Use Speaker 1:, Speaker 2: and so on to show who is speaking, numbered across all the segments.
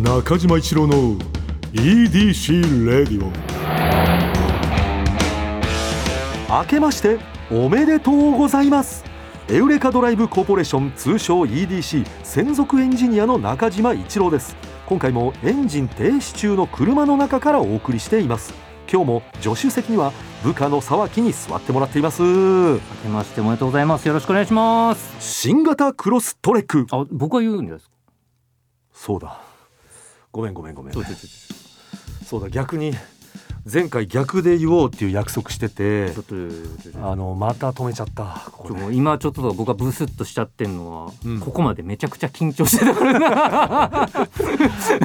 Speaker 1: 中島一郎の EDC レディオ
Speaker 2: 明けましておめでとうございますエウレカドライブコーポレーション通称 EDC 専属エンジニアの中島一郎です今回もエンジン停止中の車の中からお送りしています今日も助手席には部下の沢木に座ってもらっています
Speaker 3: 明けましておめでとうございますよろしくお願いします
Speaker 2: 新型クロストレック
Speaker 3: あ僕は言うんです
Speaker 2: そうだごめんごめんごめんそうだ逆に前回逆で言おうっていう約束してて
Speaker 3: ちょっとちょっと
Speaker 2: あのまた止めちゃったここね
Speaker 3: もう今ちょっと僕がブスッとしちゃってんのは、
Speaker 2: うん
Speaker 3: ここまでめちゃくちゃ緊張してた からな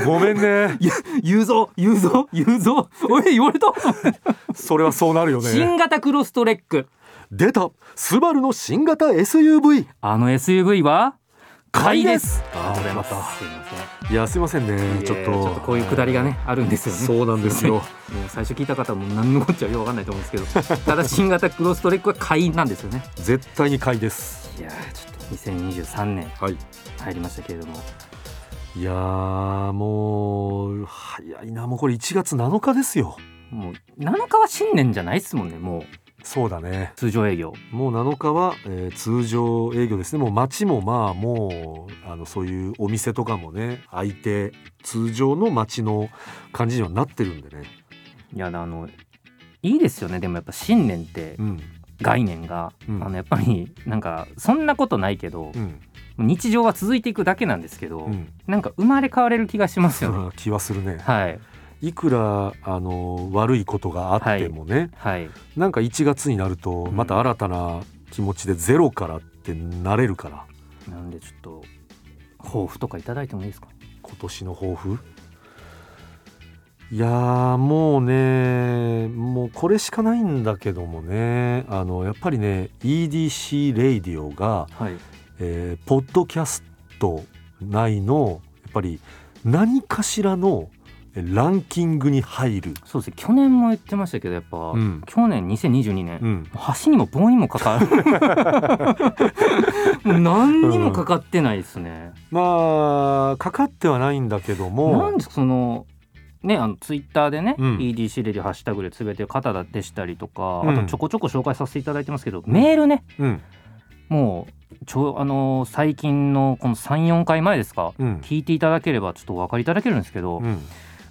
Speaker 2: ごめんね
Speaker 3: 言うぞ言うぞ言うぞ俺言われた
Speaker 2: それはそうなるよね
Speaker 3: 新型クロストレック
Speaker 2: 出たスバルの新型 SUV
Speaker 3: あの SUV は買いです
Speaker 2: あーまた
Speaker 3: すいま
Speaker 2: い
Speaker 3: せ
Speaker 2: やすいませんね
Speaker 3: ん
Speaker 2: ちょっと
Speaker 3: いやちょっとこういうくだりがねあるんです よね
Speaker 2: そうなんですよ
Speaker 3: もう最初聞いた方も何のこっちゃようわかんないと思うんですけどただ新型クロストレックは買いなんですよね
Speaker 2: 絶対に買いです
Speaker 3: いやーちょっと2023年
Speaker 2: はい
Speaker 3: 入りましたけれども
Speaker 2: いやーもう早いなもうこれ1月7日ですよ
Speaker 3: もう7日は新年じゃないですもんねもう
Speaker 2: そうだね
Speaker 3: 通常営業
Speaker 2: もう7日は、えー通常営業ですねもう街もまあもうあのそういうお店とかもね開いて通常の街の感じにはなってるんでね
Speaker 3: いやあのいいですよねでもやっぱ新年って
Speaker 2: うん
Speaker 3: 概念が、
Speaker 2: うん
Speaker 3: あのやっぱりなんかそんなことないけど
Speaker 2: う、ん
Speaker 3: 日常は続いていくだけなんですけど、
Speaker 2: うん
Speaker 3: なんか生まれ変われる気がしますよね
Speaker 2: 気はするね
Speaker 3: はい
Speaker 2: いくらあの悪いことがあってもね、
Speaker 3: はい
Speaker 2: なんか1月になると
Speaker 3: うん
Speaker 2: また新たな気持ちでゼロからってなれるから、
Speaker 3: なんでちょっと抱負とかいただいてもいいですか
Speaker 2: 今年の抱負いやーもうねもうこれしかないんだけどもねあのやっぱりね EDC レイディオが、
Speaker 3: はい
Speaker 2: えーポッドキャスト内のやっぱり何かしらのえランキングに入る、
Speaker 3: そうですね去年も言ってましたけどやっぱ、
Speaker 2: うん
Speaker 3: 去年2022年、
Speaker 2: うん、
Speaker 3: 橋にも棒にもかか るもう何にもかかってないですね、
Speaker 2: まあかかってはないんだけども
Speaker 3: なんでそのねあのツイッターでね、
Speaker 2: うん
Speaker 3: EDC レディオハッシュタグでつぶやいてる方でしたりとか、
Speaker 2: うん
Speaker 3: あとちょこちょこ紹介させていただいてますけどメールね
Speaker 2: うん
Speaker 3: もうちょあのー最近のこの34回前ですか
Speaker 2: うん
Speaker 3: 聞いていただければちょっとお分かりいただけるんですけど、
Speaker 2: うん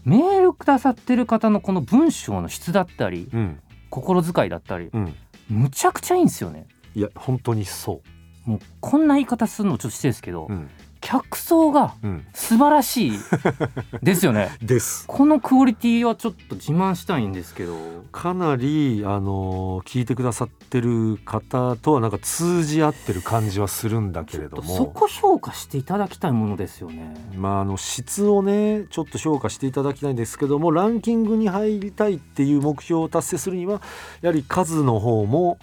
Speaker 3: メールくださってる方のこの文章の質だったり
Speaker 2: うん
Speaker 3: 心遣いだったり
Speaker 2: うん
Speaker 3: むちゃくちゃいいんですよね
Speaker 2: いや本当にそ
Speaker 3: もうこんな言い方するのちょっと失礼ですけど、
Speaker 2: う、うん
Speaker 3: 客層が
Speaker 2: うん、
Speaker 3: 素晴らしいですよね
Speaker 2: です
Speaker 3: このクオリティはちょっと自慢したいんですけど
Speaker 2: かなりあの聞いてくださってる方とはなんか通じ合ってる感じはするんだけれど
Speaker 3: そ
Speaker 2: も
Speaker 3: こ評価していただきたいものですよね
Speaker 2: まああの質をねちょっと評価していただきたいんですけどもランキングに入りたいっていう目標を達成するにはやはり数の方も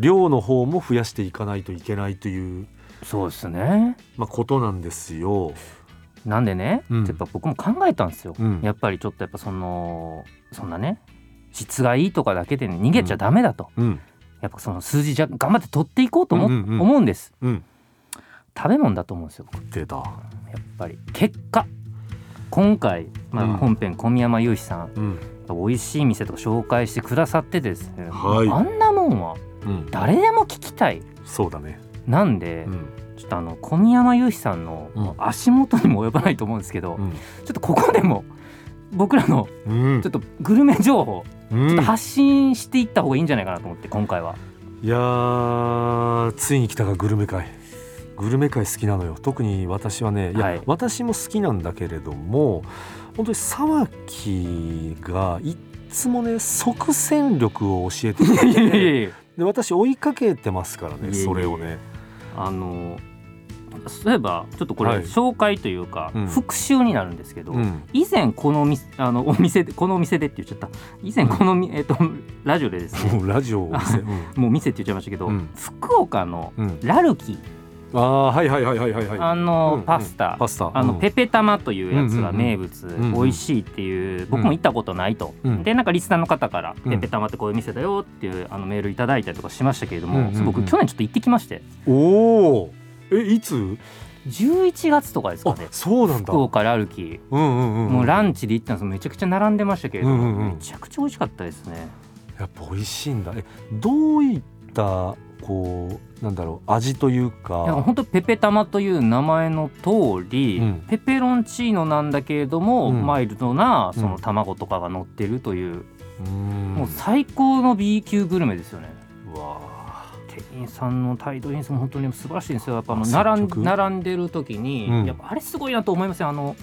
Speaker 2: 量の方も増やしていかないといけないという、
Speaker 3: そうですね
Speaker 2: まあ、ことなんですよ。
Speaker 3: なんでね、
Speaker 2: うん
Speaker 3: やっぱ僕も考えたんですよ、
Speaker 2: うん
Speaker 3: やっぱりちょっとやっぱそのそんなね質がいいとかだけでね逃げちゃダメだと、
Speaker 2: うん
Speaker 3: やっぱその数字じゃ頑張って取っていこうと思,、
Speaker 2: うんうんうん
Speaker 3: 思うんです
Speaker 2: うん、
Speaker 3: 食べ物だと思うんですよ僕
Speaker 2: 出た、
Speaker 3: やっぱり結果今回、まあ
Speaker 2: うん
Speaker 3: 本編小宮山雄飛さん
Speaker 2: うん
Speaker 3: 美味しい店とか紹介してくださってですね、
Speaker 2: はい
Speaker 3: あんなもんは
Speaker 2: うん、
Speaker 3: 誰でも聞きたい
Speaker 2: そうだね、
Speaker 3: なんで、
Speaker 2: うん
Speaker 3: ちょっとあの小宮山雄飛さんの
Speaker 2: うん
Speaker 3: 足元にも及ばないと思うんですけど、
Speaker 2: うん
Speaker 3: ちょっとここでも僕らの
Speaker 2: うん
Speaker 3: ちょっとグルメ情報、
Speaker 2: うん、
Speaker 3: 発信していった方がいいんじゃないかなと思って今回はい
Speaker 2: やーついに来たかグルメ会グルメ会好きなのよ特に私はねいや、
Speaker 3: はい
Speaker 2: 私も好きなんだけれども本当に沢木がいっつもね即戦力を教えてくれて
Speaker 3: いやいやいや
Speaker 2: で私追いかけてますからね
Speaker 3: いえいえ
Speaker 2: それをね
Speaker 3: あのそういえばちょっとこれ
Speaker 2: はい
Speaker 3: 紹介というか、
Speaker 2: うん
Speaker 3: 復習になるんですけど、
Speaker 2: うん
Speaker 3: 以前このお店あのお店でこのお店でって言っちゃった以前このみ、えっとラジオでですね
Speaker 2: もうラジオを見せうん
Speaker 3: もう店って言っちゃいましたけど、
Speaker 2: うん
Speaker 3: 福岡の
Speaker 2: うん
Speaker 3: ラルキ、
Speaker 2: ああはいはいはいはいはいはい
Speaker 3: あの、
Speaker 2: うん
Speaker 3: パスタ、
Speaker 2: パスタ
Speaker 3: あの
Speaker 2: うん
Speaker 3: ペペ玉というやつが
Speaker 2: うんうんうん
Speaker 3: 名物、
Speaker 2: んうん
Speaker 3: 美味しいっていう僕も行ったことないと、
Speaker 2: うん
Speaker 3: でなんかリスナーの方から、
Speaker 2: うん
Speaker 3: ペペ玉ってこういう店だよっていうあのメールいただいたりとかしましたけれども、
Speaker 2: うんうんうん
Speaker 3: 僕去年ちょっと行ってきまして
Speaker 2: おおえいつ
Speaker 3: 11月とかですか
Speaker 2: あ
Speaker 3: ね
Speaker 2: そうなんだ
Speaker 3: 福岡ラルキ
Speaker 2: うんうんうん
Speaker 3: もうラ
Speaker 2: ン
Speaker 3: ンチで行ったんですめちゃくちゃ並んでましたけれど
Speaker 2: うん
Speaker 3: も、
Speaker 2: うんうん
Speaker 3: めちゃくちゃ美味しかったですね
Speaker 2: やっぱ美味しいんだえどういったこうなんだろう味という
Speaker 3: いや
Speaker 2: か
Speaker 3: 本当ペペ玉という名前の通り、
Speaker 2: うん
Speaker 3: ペペロンチーノなんだけれども、
Speaker 2: うん
Speaker 3: マイルドな
Speaker 2: うん
Speaker 3: その卵とかが乗ってるという、
Speaker 2: うん
Speaker 3: もう最高の B 級グルメですよね
Speaker 2: うわ
Speaker 3: 店員さんの態度いいですもん本当に素晴らしいんですよやっぱあの
Speaker 2: 接
Speaker 3: 並
Speaker 2: 客
Speaker 3: ん並んでる時に、
Speaker 2: うん
Speaker 3: やっぱあれすごいなと思いますよあの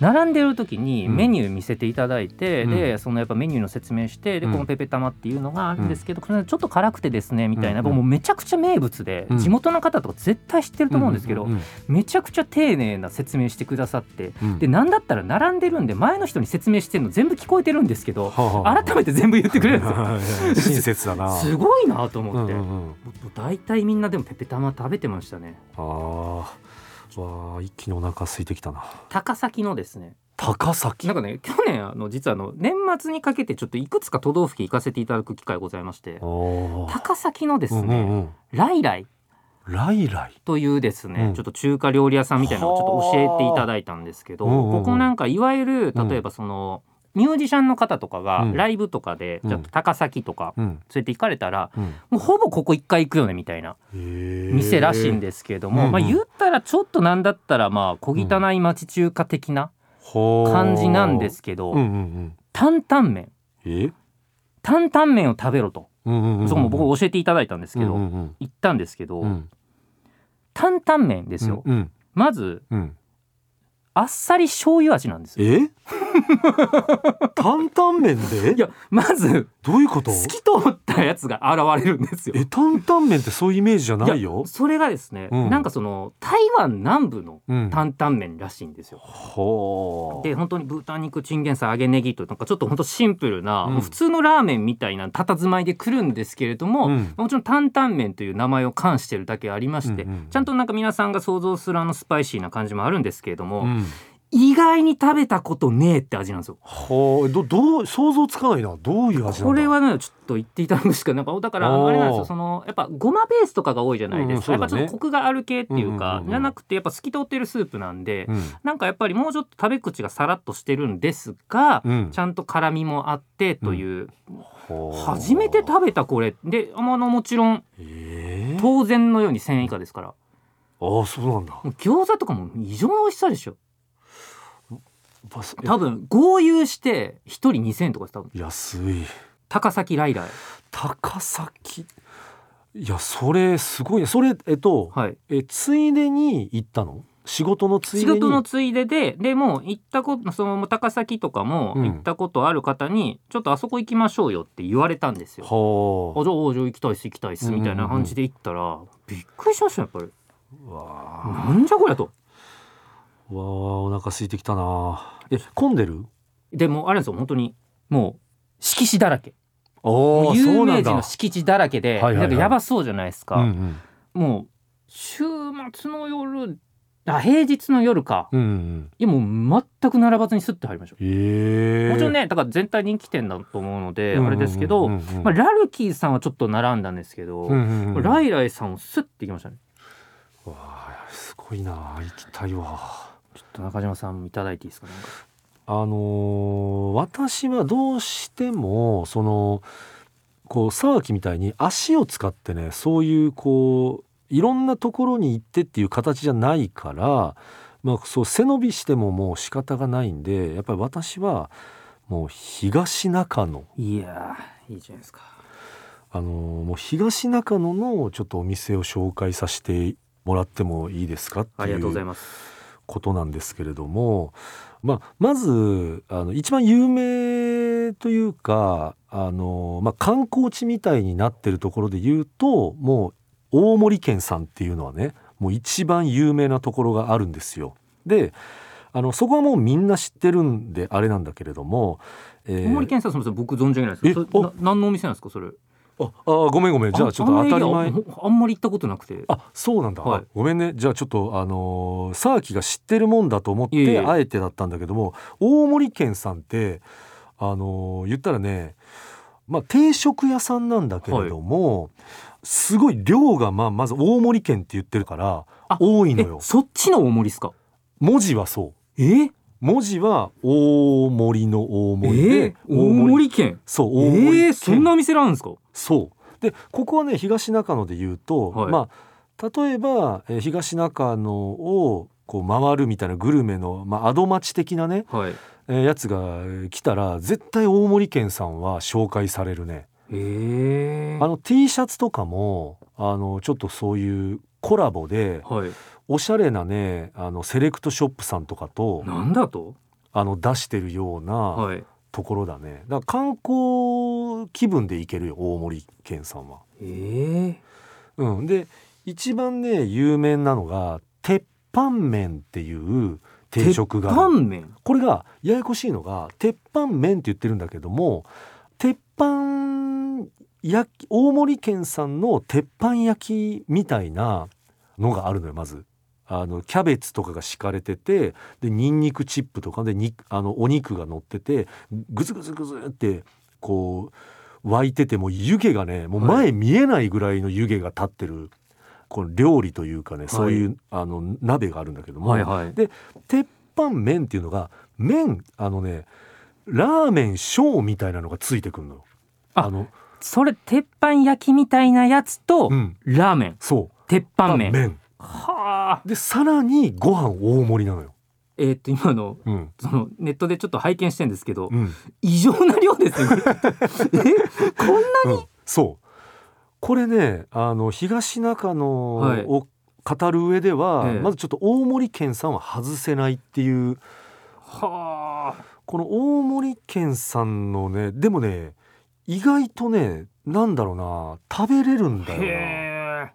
Speaker 3: 並んでる時に
Speaker 2: うん
Speaker 3: メニュー見せていただいて、
Speaker 2: うん
Speaker 3: でそのやっぱメニューの説明してで
Speaker 2: うん
Speaker 3: このペペ玉っていうのがあるんですけど、これちょっと辛くてですねみたいな、
Speaker 2: うんうん
Speaker 3: もうめちゃくちゃ名物で、
Speaker 2: うん
Speaker 3: 地元の方とか絶対知ってる
Speaker 2: ー
Speaker 3: と思うんですけど、
Speaker 2: うんうん
Speaker 3: めちゃくちゃ丁寧な説明してくださって
Speaker 2: うん
Speaker 3: でなんだったら並んでるんで前の人に説明してるの全部聞こえてるんですけど
Speaker 2: はあはあ
Speaker 3: 改めて全部言ってくれるんですよ。
Speaker 2: 親切だな。
Speaker 3: すごいなと
Speaker 2: うん
Speaker 3: 思って、
Speaker 2: う
Speaker 3: も
Speaker 2: んうん
Speaker 3: う大体みんなでもペペ玉食べてましたね
Speaker 2: ああ、わあ、一気にお腹空いてきたな。
Speaker 3: 高崎のですね
Speaker 2: 高崎。
Speaker 3: なんかね去年あの実はあの年末にかけてちょっといくつか都道府県行かせていただく機会ございまして
Speaker 2: おー
Speaker 3: 高崎のですね、
Speaker 2: うんうんうん
Speaker 3: ライライ
Speaker 2: ライライ。
Speaker 3: というですね、
Speaker 2: うん
Speaker 3: ちょっと中華料理屋さんみたいなのをちょっと教えていただいたんですけど、
Speaker 2: はあうんうんうん
Speaker 3: ここなんかいわゆる例えばその、ミュージシャンの方とかが
Speaker 2: うん
Speaker 3: ライブとかで、
Speaker 2: うん
Speaker 3: ちょっと高崎とか
Speaker 2: うん。
Speaker 3: 連れて行かれたら、
Speaker 2: うん。
Speaker 3: もうほぼここ一回行くよねみたいな店らしいん
Speaker 2: で。
Speaker 3: ですけれど
Speaker 2: う
Speaker 3: も、
Speaker 2: んうん
Speaker 3: まあ、言ったらちょっとなんだったらまあ小汚い町中華的な感
Speaker 2: 感
Speaker 3: じなんで。すけど、
Speaker 2: うんうんうん。
Speaker 3: 担々麺
Speaker 2: え？
Speaker 3: 担々麺を食べろと、
Speaker 2: うんうんうん。
Speaker 3: そこも僕教えていただいたんですけど、
Speaker 2: うんうん
Speaker 3: 行ったんですけど、
Speaker 2: うん。うん
Speaker 3: 担々麺ですよ、
Speaker 2: うん
Speaker 3: まず
Speaker 2: うん。
Speaker 3: あっさり醤油味なんですよ
Speaker 2: え？担々麺で？
Speaker 3: いやまず
Speaker 2: どういうこと？
Speaker 3: 透き通ったやつが現れるんですよ。
Speaker 2: え、担々麺ってそういうイメージじゃないよ。
Speaker 3: それがですね、
Speaker 2: うん
Speaker 3: なんかその台湾南部の
Speaker 2: うん。
Speaker 3: 担々麺らしいんですよ。
Speaker 2: ほ
Speaker 3: で
Speaker 2: う。
Speaker 3: 本当に豚肉チンゲン菜揚げネギとなんかちょっと本当シンプルな、
Speaker 2: うん
Speaker 3: もう普通のラーメンみたいな佇まいで来るんですけれども、
Speaker 2: うん
Speaker 3: もちろん担々麺という名前を冠してるだけありまして、
Speaker 2: うんうん
Speaker 3: ちゃんとなんか皆さんが想像するあのスパイシーな感じもあるんですけれども、
Speaker 2: うん。
Speaker 3: 意外に食べたことねえって味なんですよ。
Speaker 2: はあ、どどう想像つかないな。どういう味なんだ。
Speaker 3: これはねちょっと言っていたんですけどなんか だから
Speaker 2: おー
Speaker 3: あれなんですよそのやっぱごまベースとかが多いじゃないですか、
Speaker 2: うんうん
Speaker 3: やっぱ
Speaker 2: そうだ
Speaker 3: ち
Speaker 2: ね
Speaker 3: ょっとコクがある系っていう
Speaker 2: うん
Speaker 3: か、
Speaker 2: うんうんうん
Speaker 3: じゃなくてやっぱ透き通ってるスープなんで、
Speaker 2: うん、
Speaker 3: なんかやっぱりもうちょっと食べ口がさらっとしてるんですが、
Speaker 2: うん
Speaker 3: ちゃんと辛みもあってという、
Speaker 2: はあ
Speaker 3: 初めて食べたこれであのもちろん
Speaker 2: ええ
Speaker 3: 当然のように1000円以下ですから
Speaker 2: ああそうなんだ。
Speaker 3: もう餃子とかも異常な美味しさでしょ
Speaker 2: バス
Speaker 3: 多分合流して1人2000円とかです多分
Speaker 2: え安い
Speaker 3: 高崎ライライ
Speaker 2: 高崎。いやそれすごいね。それえっと、
Speaker 3: はい
Speaker 2: えついでに行ったの？仕事のつい
Speaker 3: 仕
Speaker 2: でに。
Speaker 3: 事のついでででもう行ったことその高崎とかも
Speaker 2: うん
Speaker 3: 行ったことある方に、ちょっとあそこ行きましょうよって言われたんですよ。あ
Speaker 2: は
Speaker 3: じゃああじゃあ行きたいっす行きたいっすみたいな感じで行ったら、びっくりしましたよやっ
Speaker 2: あ。わあ。
Speaker 3: ぱりなんじゃこりゃと
Speaker 2: わあお腹空いてきたな。え混んでる？
Speaker 3: でもうあれなんですよ本当にもう敷地だらけ
Speaker 2: ああそ
Speaker 3: 有
Speaker 2: うな
Speaker 3: 名
Speaker 2: ん
Speaker 3: 人
Speaker 2: だ
Speaker 3: の。敷地だらけで、
Speaker 2: はいはいはい
Speaker 3: なんかやばそうじゃないですか、
Speaker 2: うんうん
Speaker 3: もう週末の夜あ平日の夜か
Speaker 2: うんうん。
Speaker 3: いやもう全く並ばずにスッと入りましょ
Speaker 2: ええ
Speaker 3: う、
Speaker 2: ー。
Speaker 3: もちろんねだから全体人気店だと思うの
Speaker 2: う
Speaker 3: で、
Speaker 2: んうんうんうん、
Speaker 3: あれですけど、
Speaker 2: うんうん
Speaker 3: まあ、ラルキーさんはちょっと並んだんですけど、
Speaker 2: うんうんうん
Speaker 3: ライライさんをスッていきましたね
Speaker 2: わあすごいな行きたいわ
Speaker 3: ちょっと中島さんもいただいていいですかなんか
Speaker 2: あのー私はどうしてもそのこう沢木みたいに足を使ってねそういうこういろんなところに行ってっていう形じゃないから、まあ、そう背伸びしてももう仕方がないんでやっぱり私はもう東中野
Speaker 3: いやーいいじゃないですか
Speaker 2: あのーもう東中野のちょっとお店を紹介させてもらってもいいですかっていう
Speaker 3: ありがとうございます
Speaker 2: ことなんですけれども、まあ、まずあの一番有名というかあの、まあ、観光地みたいになってるところで言うともう大森県さんっていうのはねもう一番有名なところがあるんですよ。であのそこはもうみんな知ってるんであれなんだけれども、えー
Speaker 3: 大森健さんすみません僕存じ上げないですけど
Speaker 2: え
Speaker 3: それな何のお店なんですかそれ
Speaker 2: ああーごめんごめんじゃあちょっと当たり前
Speaker 3: あんまりあんまり行ったことなくて
Speaker 2: あそうなんだ、
Speaker 3: はい
Speaker 2: ごめんねじゃあちょっとあのー、沢木が知ってるもんだと思っ
Speaker 3: いえい
Speaker 2: て
Speaker 3: え
Speaker 2: あえてだったんだけども大森県さんってあのー言ったらねまあ定食屋さんなんだけれども、すごい量がまあまず大森県って言ってるから
Speaker 3: あ
Speaker 2: 多いの
Speaker 3: え
Speaker 2: よ
Speaker 3: そっちの大盛りですか
Speaker 2: 文字はそう
Speaker 3: え
Speaker 2: 文字は大森の大
Speaker 3: え
Speaker 2: 森で、
Speaker 3: ー大盛り券
Speaker 2: そう
Speaker 3: え
Speaker 2: 大森県、
Speaker 3: ーそんなお店なんですか
Speaker 2: そうでここはね東中野で言うと、
Speaker 3: はい
Speaker 2: まあ例えば、えー東中野をこう回るみたいなグルメの、まあ、アド待ち的なね、
Speaker 3: はい
Speaker 2: えーやつがえー来たら絶対大森県さんは紹介されるね。
Speaker 3: ええ
Speaker 2: あの T シャツとかもあのちょっとそういうコラボで
Speaker 3: はい
Speaker 2: おしゃれなねあのセレクトショップさんとかと
Speaker 3: なんだと
Speaker 2: あの出してるような
Speaker 3: はい
Speaker 2: ところだね。だから観光気分で行けるよ大森県さんは。
Speaker 3: えー、
Speaker 2: うん、で一番ね有名なのが鉄板麺っていう定食があ
Speaker 3: パ
Speaker 2: る
Speaker 3: ン麺
Speaker 2: これがややこしいのが鉄板麺って言ってるんだけども鉄板焼き大森県産の鉄板焼きみたいなのがあるのよまず。あのキャベツとかが敷かれててでニンニクチップとかでにあのお肉が乗っててグズグズグズってこう湧いててもう湯気がねもう
Speaker 3: は
Speaker 2: 前見えないぐらいの湯気が立ってる、この料理というかねそういう、あの鍋があるんだけども、
Speaker 3: はいはい
Speaker 2: で鉄板麺っていうのが麺あのねラーメン小みたいなのがついてくるのよ。
Speaker 3: あ
Speaker 2: の
Speaker 3: それ鉄板焼きみたいなやつと、
Speaker 2: うん
Speaker 3: ラーメン
Speaker 2: そう
Speaker 3: 鉄板麺はあ
Speaker 2: でさらにご飯大盛りなのよ。
Speaker 3: えーっと今の
Speaker 2: うん
Speaker 3: そのネットでちょっと拝見してんですけど、
Speaker 2: うん
Speaker 3: 異常な量です よこれえこんな
Speaker 2: うん、そうこれねあの東中野
Speaker 3: はい
Speaker 2: を語る上では、
Speaker 3: ええ
Speaker 2: まずちょっと大森県さんは外せないっていう
Speaker 3: はあ
Speaker 2: この大森県さんのねでもね意外とねなんだろうな食べれるんだよな。
Speaker 3: へ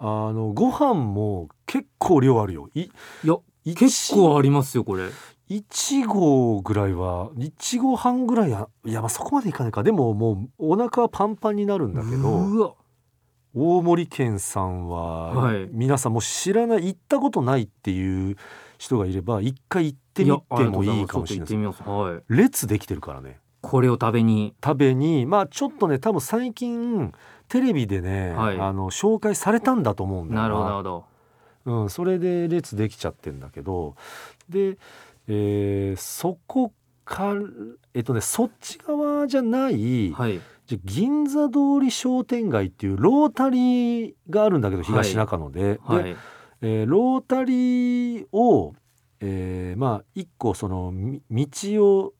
Speaker 2: あのご飯も結構量あるよ。い
Speaker 3: えいや
Speaker 2: いち
Speaker 3: 結構ありますよこれ
Speaker 2: 1合ぐらいは1合半ぐらいはいやまあそこまでいかないかでももうお腹はパンパンになるんだけど
Speaker 3: うわ
Speaker 2: 大森県さんは、
Speaker 3: はい
Speaker 2: 皆さんもう知らない行ったことないっていう人がいれば一回行ってみてもいいかもしれない
Speaker 3: ち
Speaker 2: で
Speaker 3: ょっと行っ
Speaker 2: す
Speaker 3: てみますはい
Speaker 2: 列できてるからね
Speaker 3: これを食べに
Speaker 2: 食べにまあちょっとね多分最近テレビでね、
Speaker 3: はい
Speaker 2: あの紹介されたんだと思うんだよ
Speaker 3: なるほどなるほど
Speaker 2: うん、それで列できちゃってんだけどで、えーそこからえっとねそっち側じゃない、
Speaker 3: はい
Speaker 2: じゃ銀座通り商店街っていうロータリーがあるんだけど
Speaker 3: はい
Speaker 2: 東中野で,、
Speaker 3: は
Speaker 2: で
Speaker 3: い
Speaker 2: えーロータリーを、えーまあ一個そのみ道を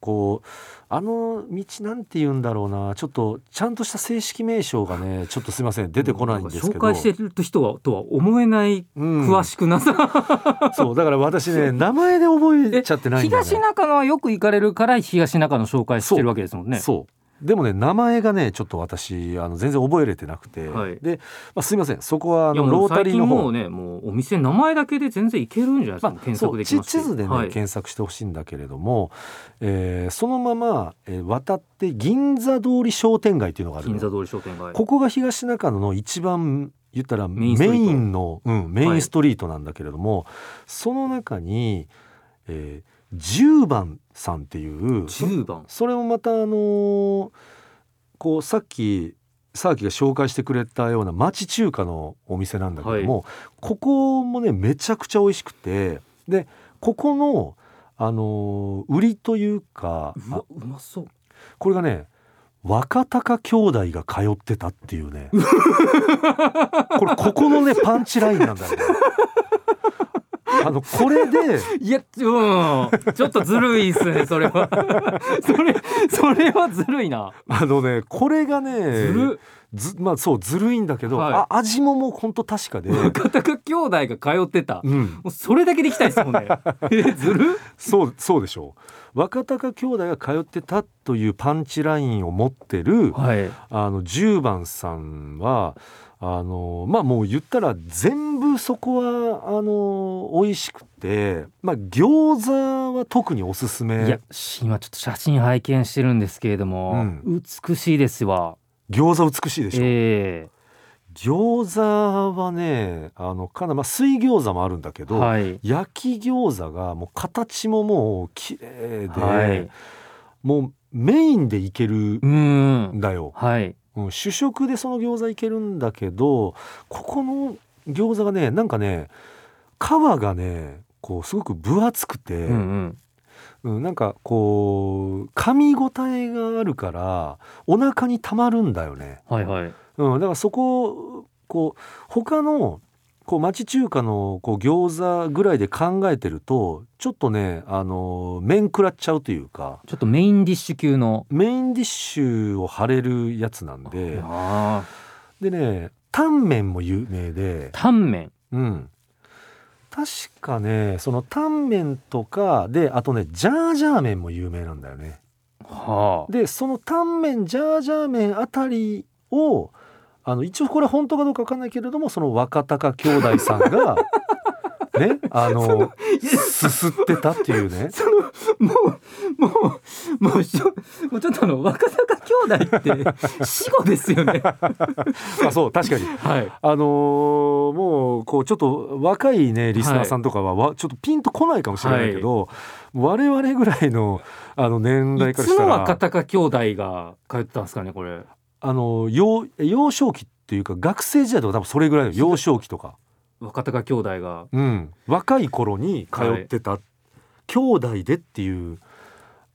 Speaker 2: こうあの道なんて言うんだろうなちょっとちゃんとした正式名称がねちょっとすいません出てこないんですけど
Speaker 3: 紹介してる人はとは思えない詳
Speaker 2: 詳
Speaker 3: しくな さ、
Speaker 2: そうだから私ね名前で覚えちゃってないんだよね
Speaker 3: 東中野はよく行かれるから東中野紹介してるわけですもんね
Speaker 2: そうでもね名前がねちょっと私あの全然覚えれてなくて、
Speaker 3: はい
Speaker 2: で、まあ、すいませんそこはあ
Speaker 3: いや
Speaker 2: の
Speaker 3: も
Speaker 2: ロ
Speaker 3: う
Speaker 2: ータ
Speaker 3: 最
Speaker 2: リー
Speaker 3: 近
Speaker 2: の
Speaker 3: も
Speaker 2: 方
Speaker 3: うねもうお店名前だけで全然行けるんじゃないですか、
Speaker 2: まあ、
Speaker 3: 検
Speaker 2: そ
Speaker 3: 索
Speaker 2: う
Speaker 3: でき
Speaker 2: 地
Speaker 3: ますし
Speaker 2: 地図でね、
Speaker 3: はい
Speaker 2: 検索してほしいんだけれども、えーそのまま、えー渡って銀座通り商店街っていうのがあるの
Speaker 3: 銀座通り商店街
Speaker 2: ここが東中野の一番言ったらメ
Speaker 3: メインストリート
Speaker 2: インのうん、メイ
Speaker 3: は
Speaker 2: ン
Speaker 3: い
Speaker 2: ストリートなんだけれども、その中に、えー、10番さんっていう
Speaker 3: 10番
Speaker 2: それもまたあのーこうさっきサーキが紹介してくれたような町中華のお店なんだけども、ここもねめちゃくちゃ美味しくてでここの、あのー売りというか
Speaker 3: う
Speaker 2: あ
Speaker 3: わうまそう
Speaker 2: これがね若鷹兄弟が通ってたっていう ねこれここのねパンチラインなんだ よね。あのこれで
Speaker 3: いやうんちょっとずるいっす ねそれはそれそれはずるいな、
Speaker 2: あのねこれがね
Speaker 3: ずる
Speaker 2: ずまあそうずるいんだけど、
Speaker 3: はい
Speaker 2: あ味ももうほんと確かで、
Speaker 3: 若隆兄弟が通ってた、も
Speaker 2: うん、
Speaker 3: うそれだけで行きたいですもんねえずる
Speaker 2: そうそうでしょう若隆兄弟が通ってたというパンチラインを持ってる
Speaker 3: はい
Speaker 2: あの10番さんはあのまあもう言ったら全部そこはあの美味しくて、まあ、餃子は特におすす
Speaker 3: いや
Speaker 2: め
Speaker 3: 今ちょっと写真拝見してるんですけれども、美しいですわ
Speaker 2: 餃子美しいでしょ、
Speaker 3: え
Speaker 2: 餃子はねあのかな、まあ、水餃子もあるんだけ
Speaker 3: え
Speaker 2: ど、
Speaker 3: はい
Speaker 2: 焼き餃子がもう形ももう綺麗で、
Speaker 3: はい
Speaker 2: もうメインでいける
Speaker 3: うん
Speaker 2: んだよ。
Speaker 3: はい
Speaker 2: うん主食でその餃子いけるんだけどここの餃子がねなんかね皮がねこうすごく分厚くて、
Speaker 3: うんうん
Speaker 2: うんなんかこう噛み応えがあるからお腹にたまるんだよね、
Speaker 3: はいはい
Speaker 2: うん、だからそこをこう他のこう町中華のこう餃子ぐらいで考えてるとちょっとねあの面食らっちゃうというか
Speaker 3: ちょっとメインディッシュ級の
Speaker 2: メインディッシュを張れるやつなんで。
Speaker 3: あ
Speaker 2: でねタンメンも有名で
Speaker 3: ー、タンメン
Speaker 2: うん、確かねそのタンメンとかであとねジャージャー麺も有名なんだよね。
Speaker 3: はあ
Speaker 2: でそのタンメンジャージャー麺あたりをあの一応これは本当かどうかわかんないけれどもその若隆兄弟さんが ねあのすすってたっていう ね。
Speaker 3: そのもうもうもうしょもうちょっとあの若隆兄弟 って死後ですよね
Speaker 2: あそう確かに
Speaker 3: はい
Speaker 2: あのーもうこうちょっと若いねリスナーさんとかは、わちょっとピンとこないかもしれないけど、我々ぐらいのあの年代
Speaker 3: い
Speaker 2: から
Speaker 3: つ
Speaker 2: した
Speaker 3: の
Speaker 2: ら
Speaker 3: 若隆兄弟が通ってたんですかねこれ
Speaker 2: あの幼幼少期っていうか学生時代とか多分それぐらいの幼少期とか、
Speaker 3: 若隆兄弟が
Speaker 2: うん、若い頃に通ってた、兄弟でっていう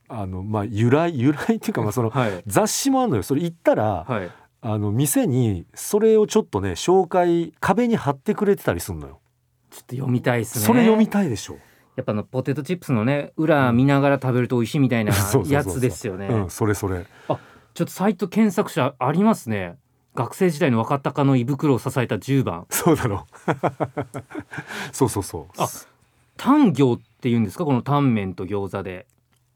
Speaker 2: あの、まあ、由来由来っていうか、まあ、その
Speaker 3: はい
Speaker 2: 雑誌もあるのよそれ行ったら、
Speaker 3: はい
Speaker 2: あの店にそれをちょっとね紹介壁に貼ってくれてたりするのよ。
Speaker 3: ちょっと読みたいですね
Speaker 2: それ読みたいでしょ
Speaker 3: やっぱあのポテトチップスのね裏見ながら食べると美味しいみたいな
Speaker 2: そうそうそうそう
Speaker 3: やつですよね
Speaker 2: うん、それそれ。
Speaker 3: ちょっとサイト検索者ありますね学生時代の若隆の胃袋を支えた10番
Speaker 2: そうだろう。 そうそうそう。
Speaker 3: あタン行っていうんですかこのタンメンと餃子で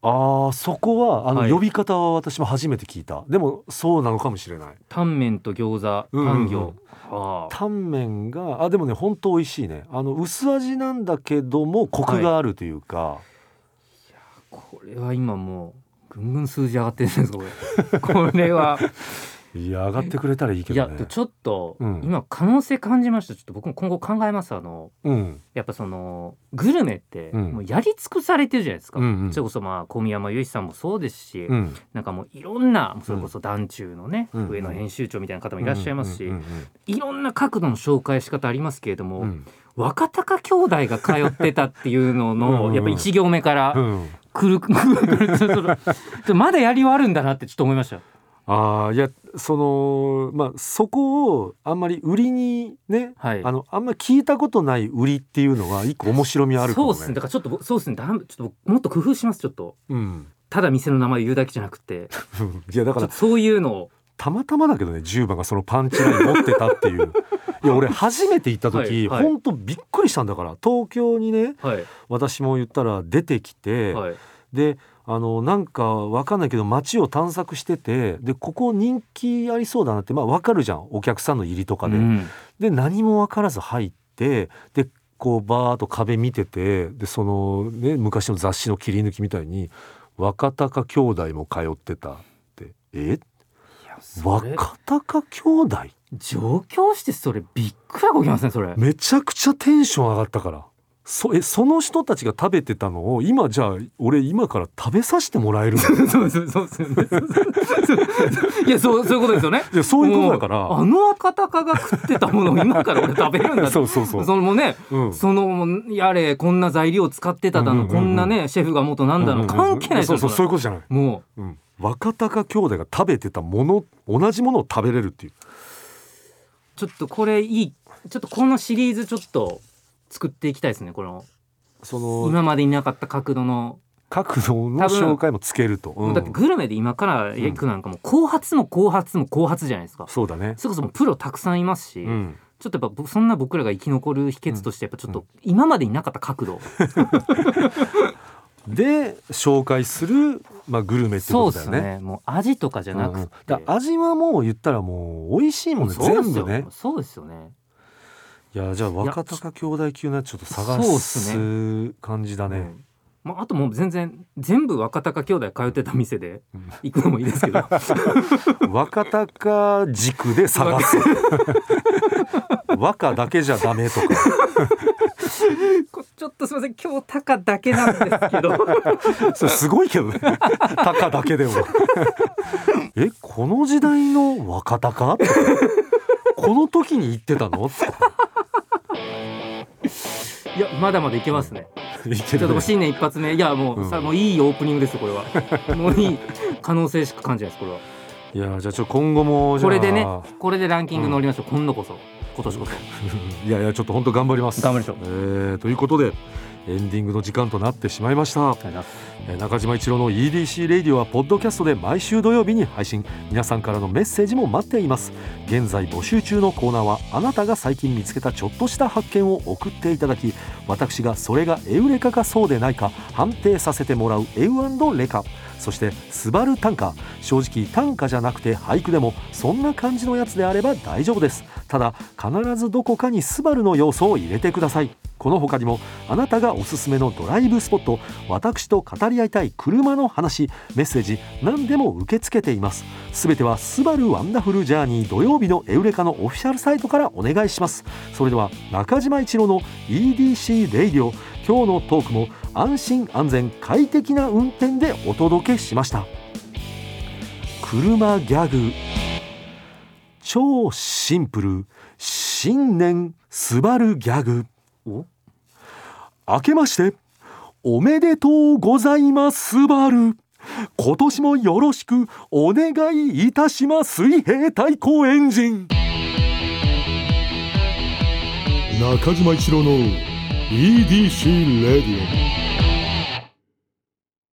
Speaker 2: あーそこはあの
Speaker 3: はい
Speaker 2: 呼び方は私も初めて聞いた。でもそうなのかもしれない。
Speaker 3: タンメンと餃子
Speaker 2: うんうんう
Speaker 3: タ
Speaker 2: ん
Speaker 3: ン行、はあ
Speaker 2: タンメンがあでもね本当美味しいね。あの薄味なんだけどもコクがあるというか。、
Speaker 3: これは今もうぐんぐん数字上がってるんですかこれこれはい
Speaker 2: や上がってくれたらいいけ
Speaker 3: い
Speaker 2: ど
Speaker 3: や
Speaker 2: ね。
Speaker 3: ちょっと
Speaker 2: うん
Speaker 3: 今可能性感じましたちょっと僕も今後考えますあの
Speaker 2: うん
Speaker 3: やっぱそのグルメって
Speaker 2: うん
Speaker 3: もうやり尽くされてるじゃないですか、
Speaker 2: うんうん
Speaker 3: それこそまあ小宮山由一さんもそうですし、
Speaker 2: うん。
Speaker 3: なんかもういろんなそれこそ団中のね、
Speaker 2: うん
Speaker 3: 上の編集長みたいな方もいらっしゃいますし、
Speaker 2: うんうん
Speaker 3: いろんな角度の紹介仕方ありますけれども、
Speaker 2: うんうん
Speaker 3: 若隆兄弟が通ってたっていうの
Speaker 2: うん
Speaker 3: の
Speaker 2: うん
Speaker 3: やっぱ一行目から
Speaker 2: うん
Speaker 3: くるくるくるくるくるまだやりはあるんだなってちょっと思いましたよ。
Speaker 2: ああいやそのまあそこをあんまり売りにね、
Speaker 3: はい
Speaker 2: あのあんまり聞いたことない売りっていうのは一個面白みあるか
Speaker 3: そ
Speaker 2: も
Speaker 3: う
Speaker 2: ね。
Speaker 3: ですね。だからちょっとそうですね。だんちょっともっと工夫します。ちょっと
Speaker 2: うん。
Speaker 3: ただ店の名前言うだけじゃなくて、ち
Speaker 2: うんいやだか
Speaker 3: ょっ
Speaker 2: ら
Speaker 3: とそういうのを
Speaker 2: たまたまだけどね10番がそのパンチライン持ってたっていういや俺初めて行った時、
Speaker 3: はいはい
Speaker 2: ほんとびっくりしたんだから東京にね
Speaker 3: はい
Speaker 2: 私も言ったら出てきて、
Speaker 3: はい
Speaker 2: であのなんかわかんないけど街を探索しててでここ人気ありそうだなってまあわかるじゃんお客さんの入りとかで。
Speaker 3: うん
Speaker 2: で何も分からず入ってでこうバーッと壁見ててでその、ね、昔の雑誌の切り抜きみたいに「若隆兄弟も通ってた」って「え
Speaker 3: いやそれ
Speaker 2: 若隆兄弟
Speaker 3: 上京してそれびっくらこきますねそ れ。
Speaker 2: めちゃくちゃテンション上がったからそえその人たちが食べてたのを今じゃあ俺今から食べさせてもらえるの
Speaker 3: そうそうそうそうそうそうそういやそうそういうことですよね。
Speaker 2: いやそういうことだから
Speaker 3: もうあの赤鷹が食ってたものを今から俺食べるんだって
Speaker 2: そうそうそう
Speaker 3: そのもうね、
Speaker 2: うん
Speaker 3: そのやれこんな材料使ってただ
Speaker 2: う
Speaker 3: の、
Speaker 2: んうんうんうん
Speaker 3: こんなねシェフが元なんだの、関係ないです
Speaker 2: そ
Speaker 3: よ
Speaker 2: うそうそういうことじゃない、
Speaker 3: も
Speaker 2: うん、若隆兄弟が食べてたもの同じものを食べれるっていう
Speaker 3: うちょっとこれいいちょっとこのシリーズちょっと作っていきたいですねこの
Speaker 2: その
Speaker 3: 今までいなかった角度の、
Speaker 2: 角度の
Speaker 3: 多分
Speaker 2: 紹介もつけると、うん
Speaker 3: だってグルメで今から行くなんかもう後発も後発も後発じゃないですか。
Speaker 2: そうだね、
Speaker 3: それこそもうプロたくさんいますし、
Speaker 2: うん、
Speaker 3: ちょっとやっぱ僕そんな僕らが生き残る秘訣としてやっぱちょっと今までになかった角度、
Speaker 2: で紹介する、まあ、グルメって
Speaker 3: そう
Speaker 2: こ
Speaker 3: で
Speaker 2: とだ
Speaker 3: す
Speaker 2: よね
Speaker 3: ねもう味とかじゃな
Speaker 2: うんうん
Speaker 3: くて、
Speaker 2: だから味はもう言ったらもう美味しいもんね
Speaker 3: そうで
Speaker 2: 全
Speaker 3: す
Speaker 2: 部
Speaker 3: よ
Speaker 2: ね
Speaker 3: そうですよね
Speaker 2: いやじゃあ若隆兄弟級なちょっと探
Speaker 3: そうっ
Speaker 2: す
Speaker 3: す
Speaker 2: 感じだね、
Speaker 3: うんまあ、あともう全然全部若鷹兄弟通ってた店で
Speaker 2: うん
Speaker 3: 行くのもいいですけ ど
Speaker 2: 若鷹軸で探 す若だけじゃダメとか
Speaker 3: こちょっとすいません今日鷹だけなんですけ ど
Speaker 2: それすごいけどね鷹だけでもえこの時代の若鷹とかこの時に言ってたのとか
Speaker 3: いやまだまだいけますね
Speaker 2: 言って
Speaker 3: ちょ
Speaker 2: る
Speaker 3: っと
Speaker 2: ね
Speaker 3: もう新年一発目いやもう、
Speaker 2: うん
Speaker 3: さもういいオープニングですよこれは もういい可能性しか感じないですこれはい
Speaker 2: やじゃあちょっと今後もじゃ
Speaker 3: こ
Speaker 2: あ
Speaker 3: れでねこれでランキング乗りましょう、今度こそ今年こそ
Speaker 2: いやいやちょっと本当頑張ります
Speaker 3: 頑張りましょう
Speaker 2: えーということでエンディングの時間となってしまいましたえー中島一郎の EDC レディオはポッドキャストで毎週土曜日に配信皆さんからのメッセージも待っています現在募集中のコーナーはあなたが最近見つけたちょっとした発見を送っていただき私がそれがエウレカかそうでないか判定させてもらうエウレカそして「スバル短歌」正直短歌じゃなくて俳句でもそんな感じのやつであれば大丈夫ですただ必ずどこかに「スバルの要素を入れてくださいこの他にもあなたがおすすめのドライブスポット私と語り合いたい車の話メッセージ何でも受け付けていますすべては「スバルワンダフルジャーニー土曜日のエウレカのオフィシャルサイトからお願いしますそれでは中島一郎の EDC レイディオ今日のトークも安心安全快適な運転でお届けしました車ギャグ超シンプル新年スバルギャグ
Speaker 3: お
Speaker 2: 明けましておめでとうございますスバル今年もよろしくお願いいたします水平対向エンジン
Speaker 1: 中島一郎の EDC レディオ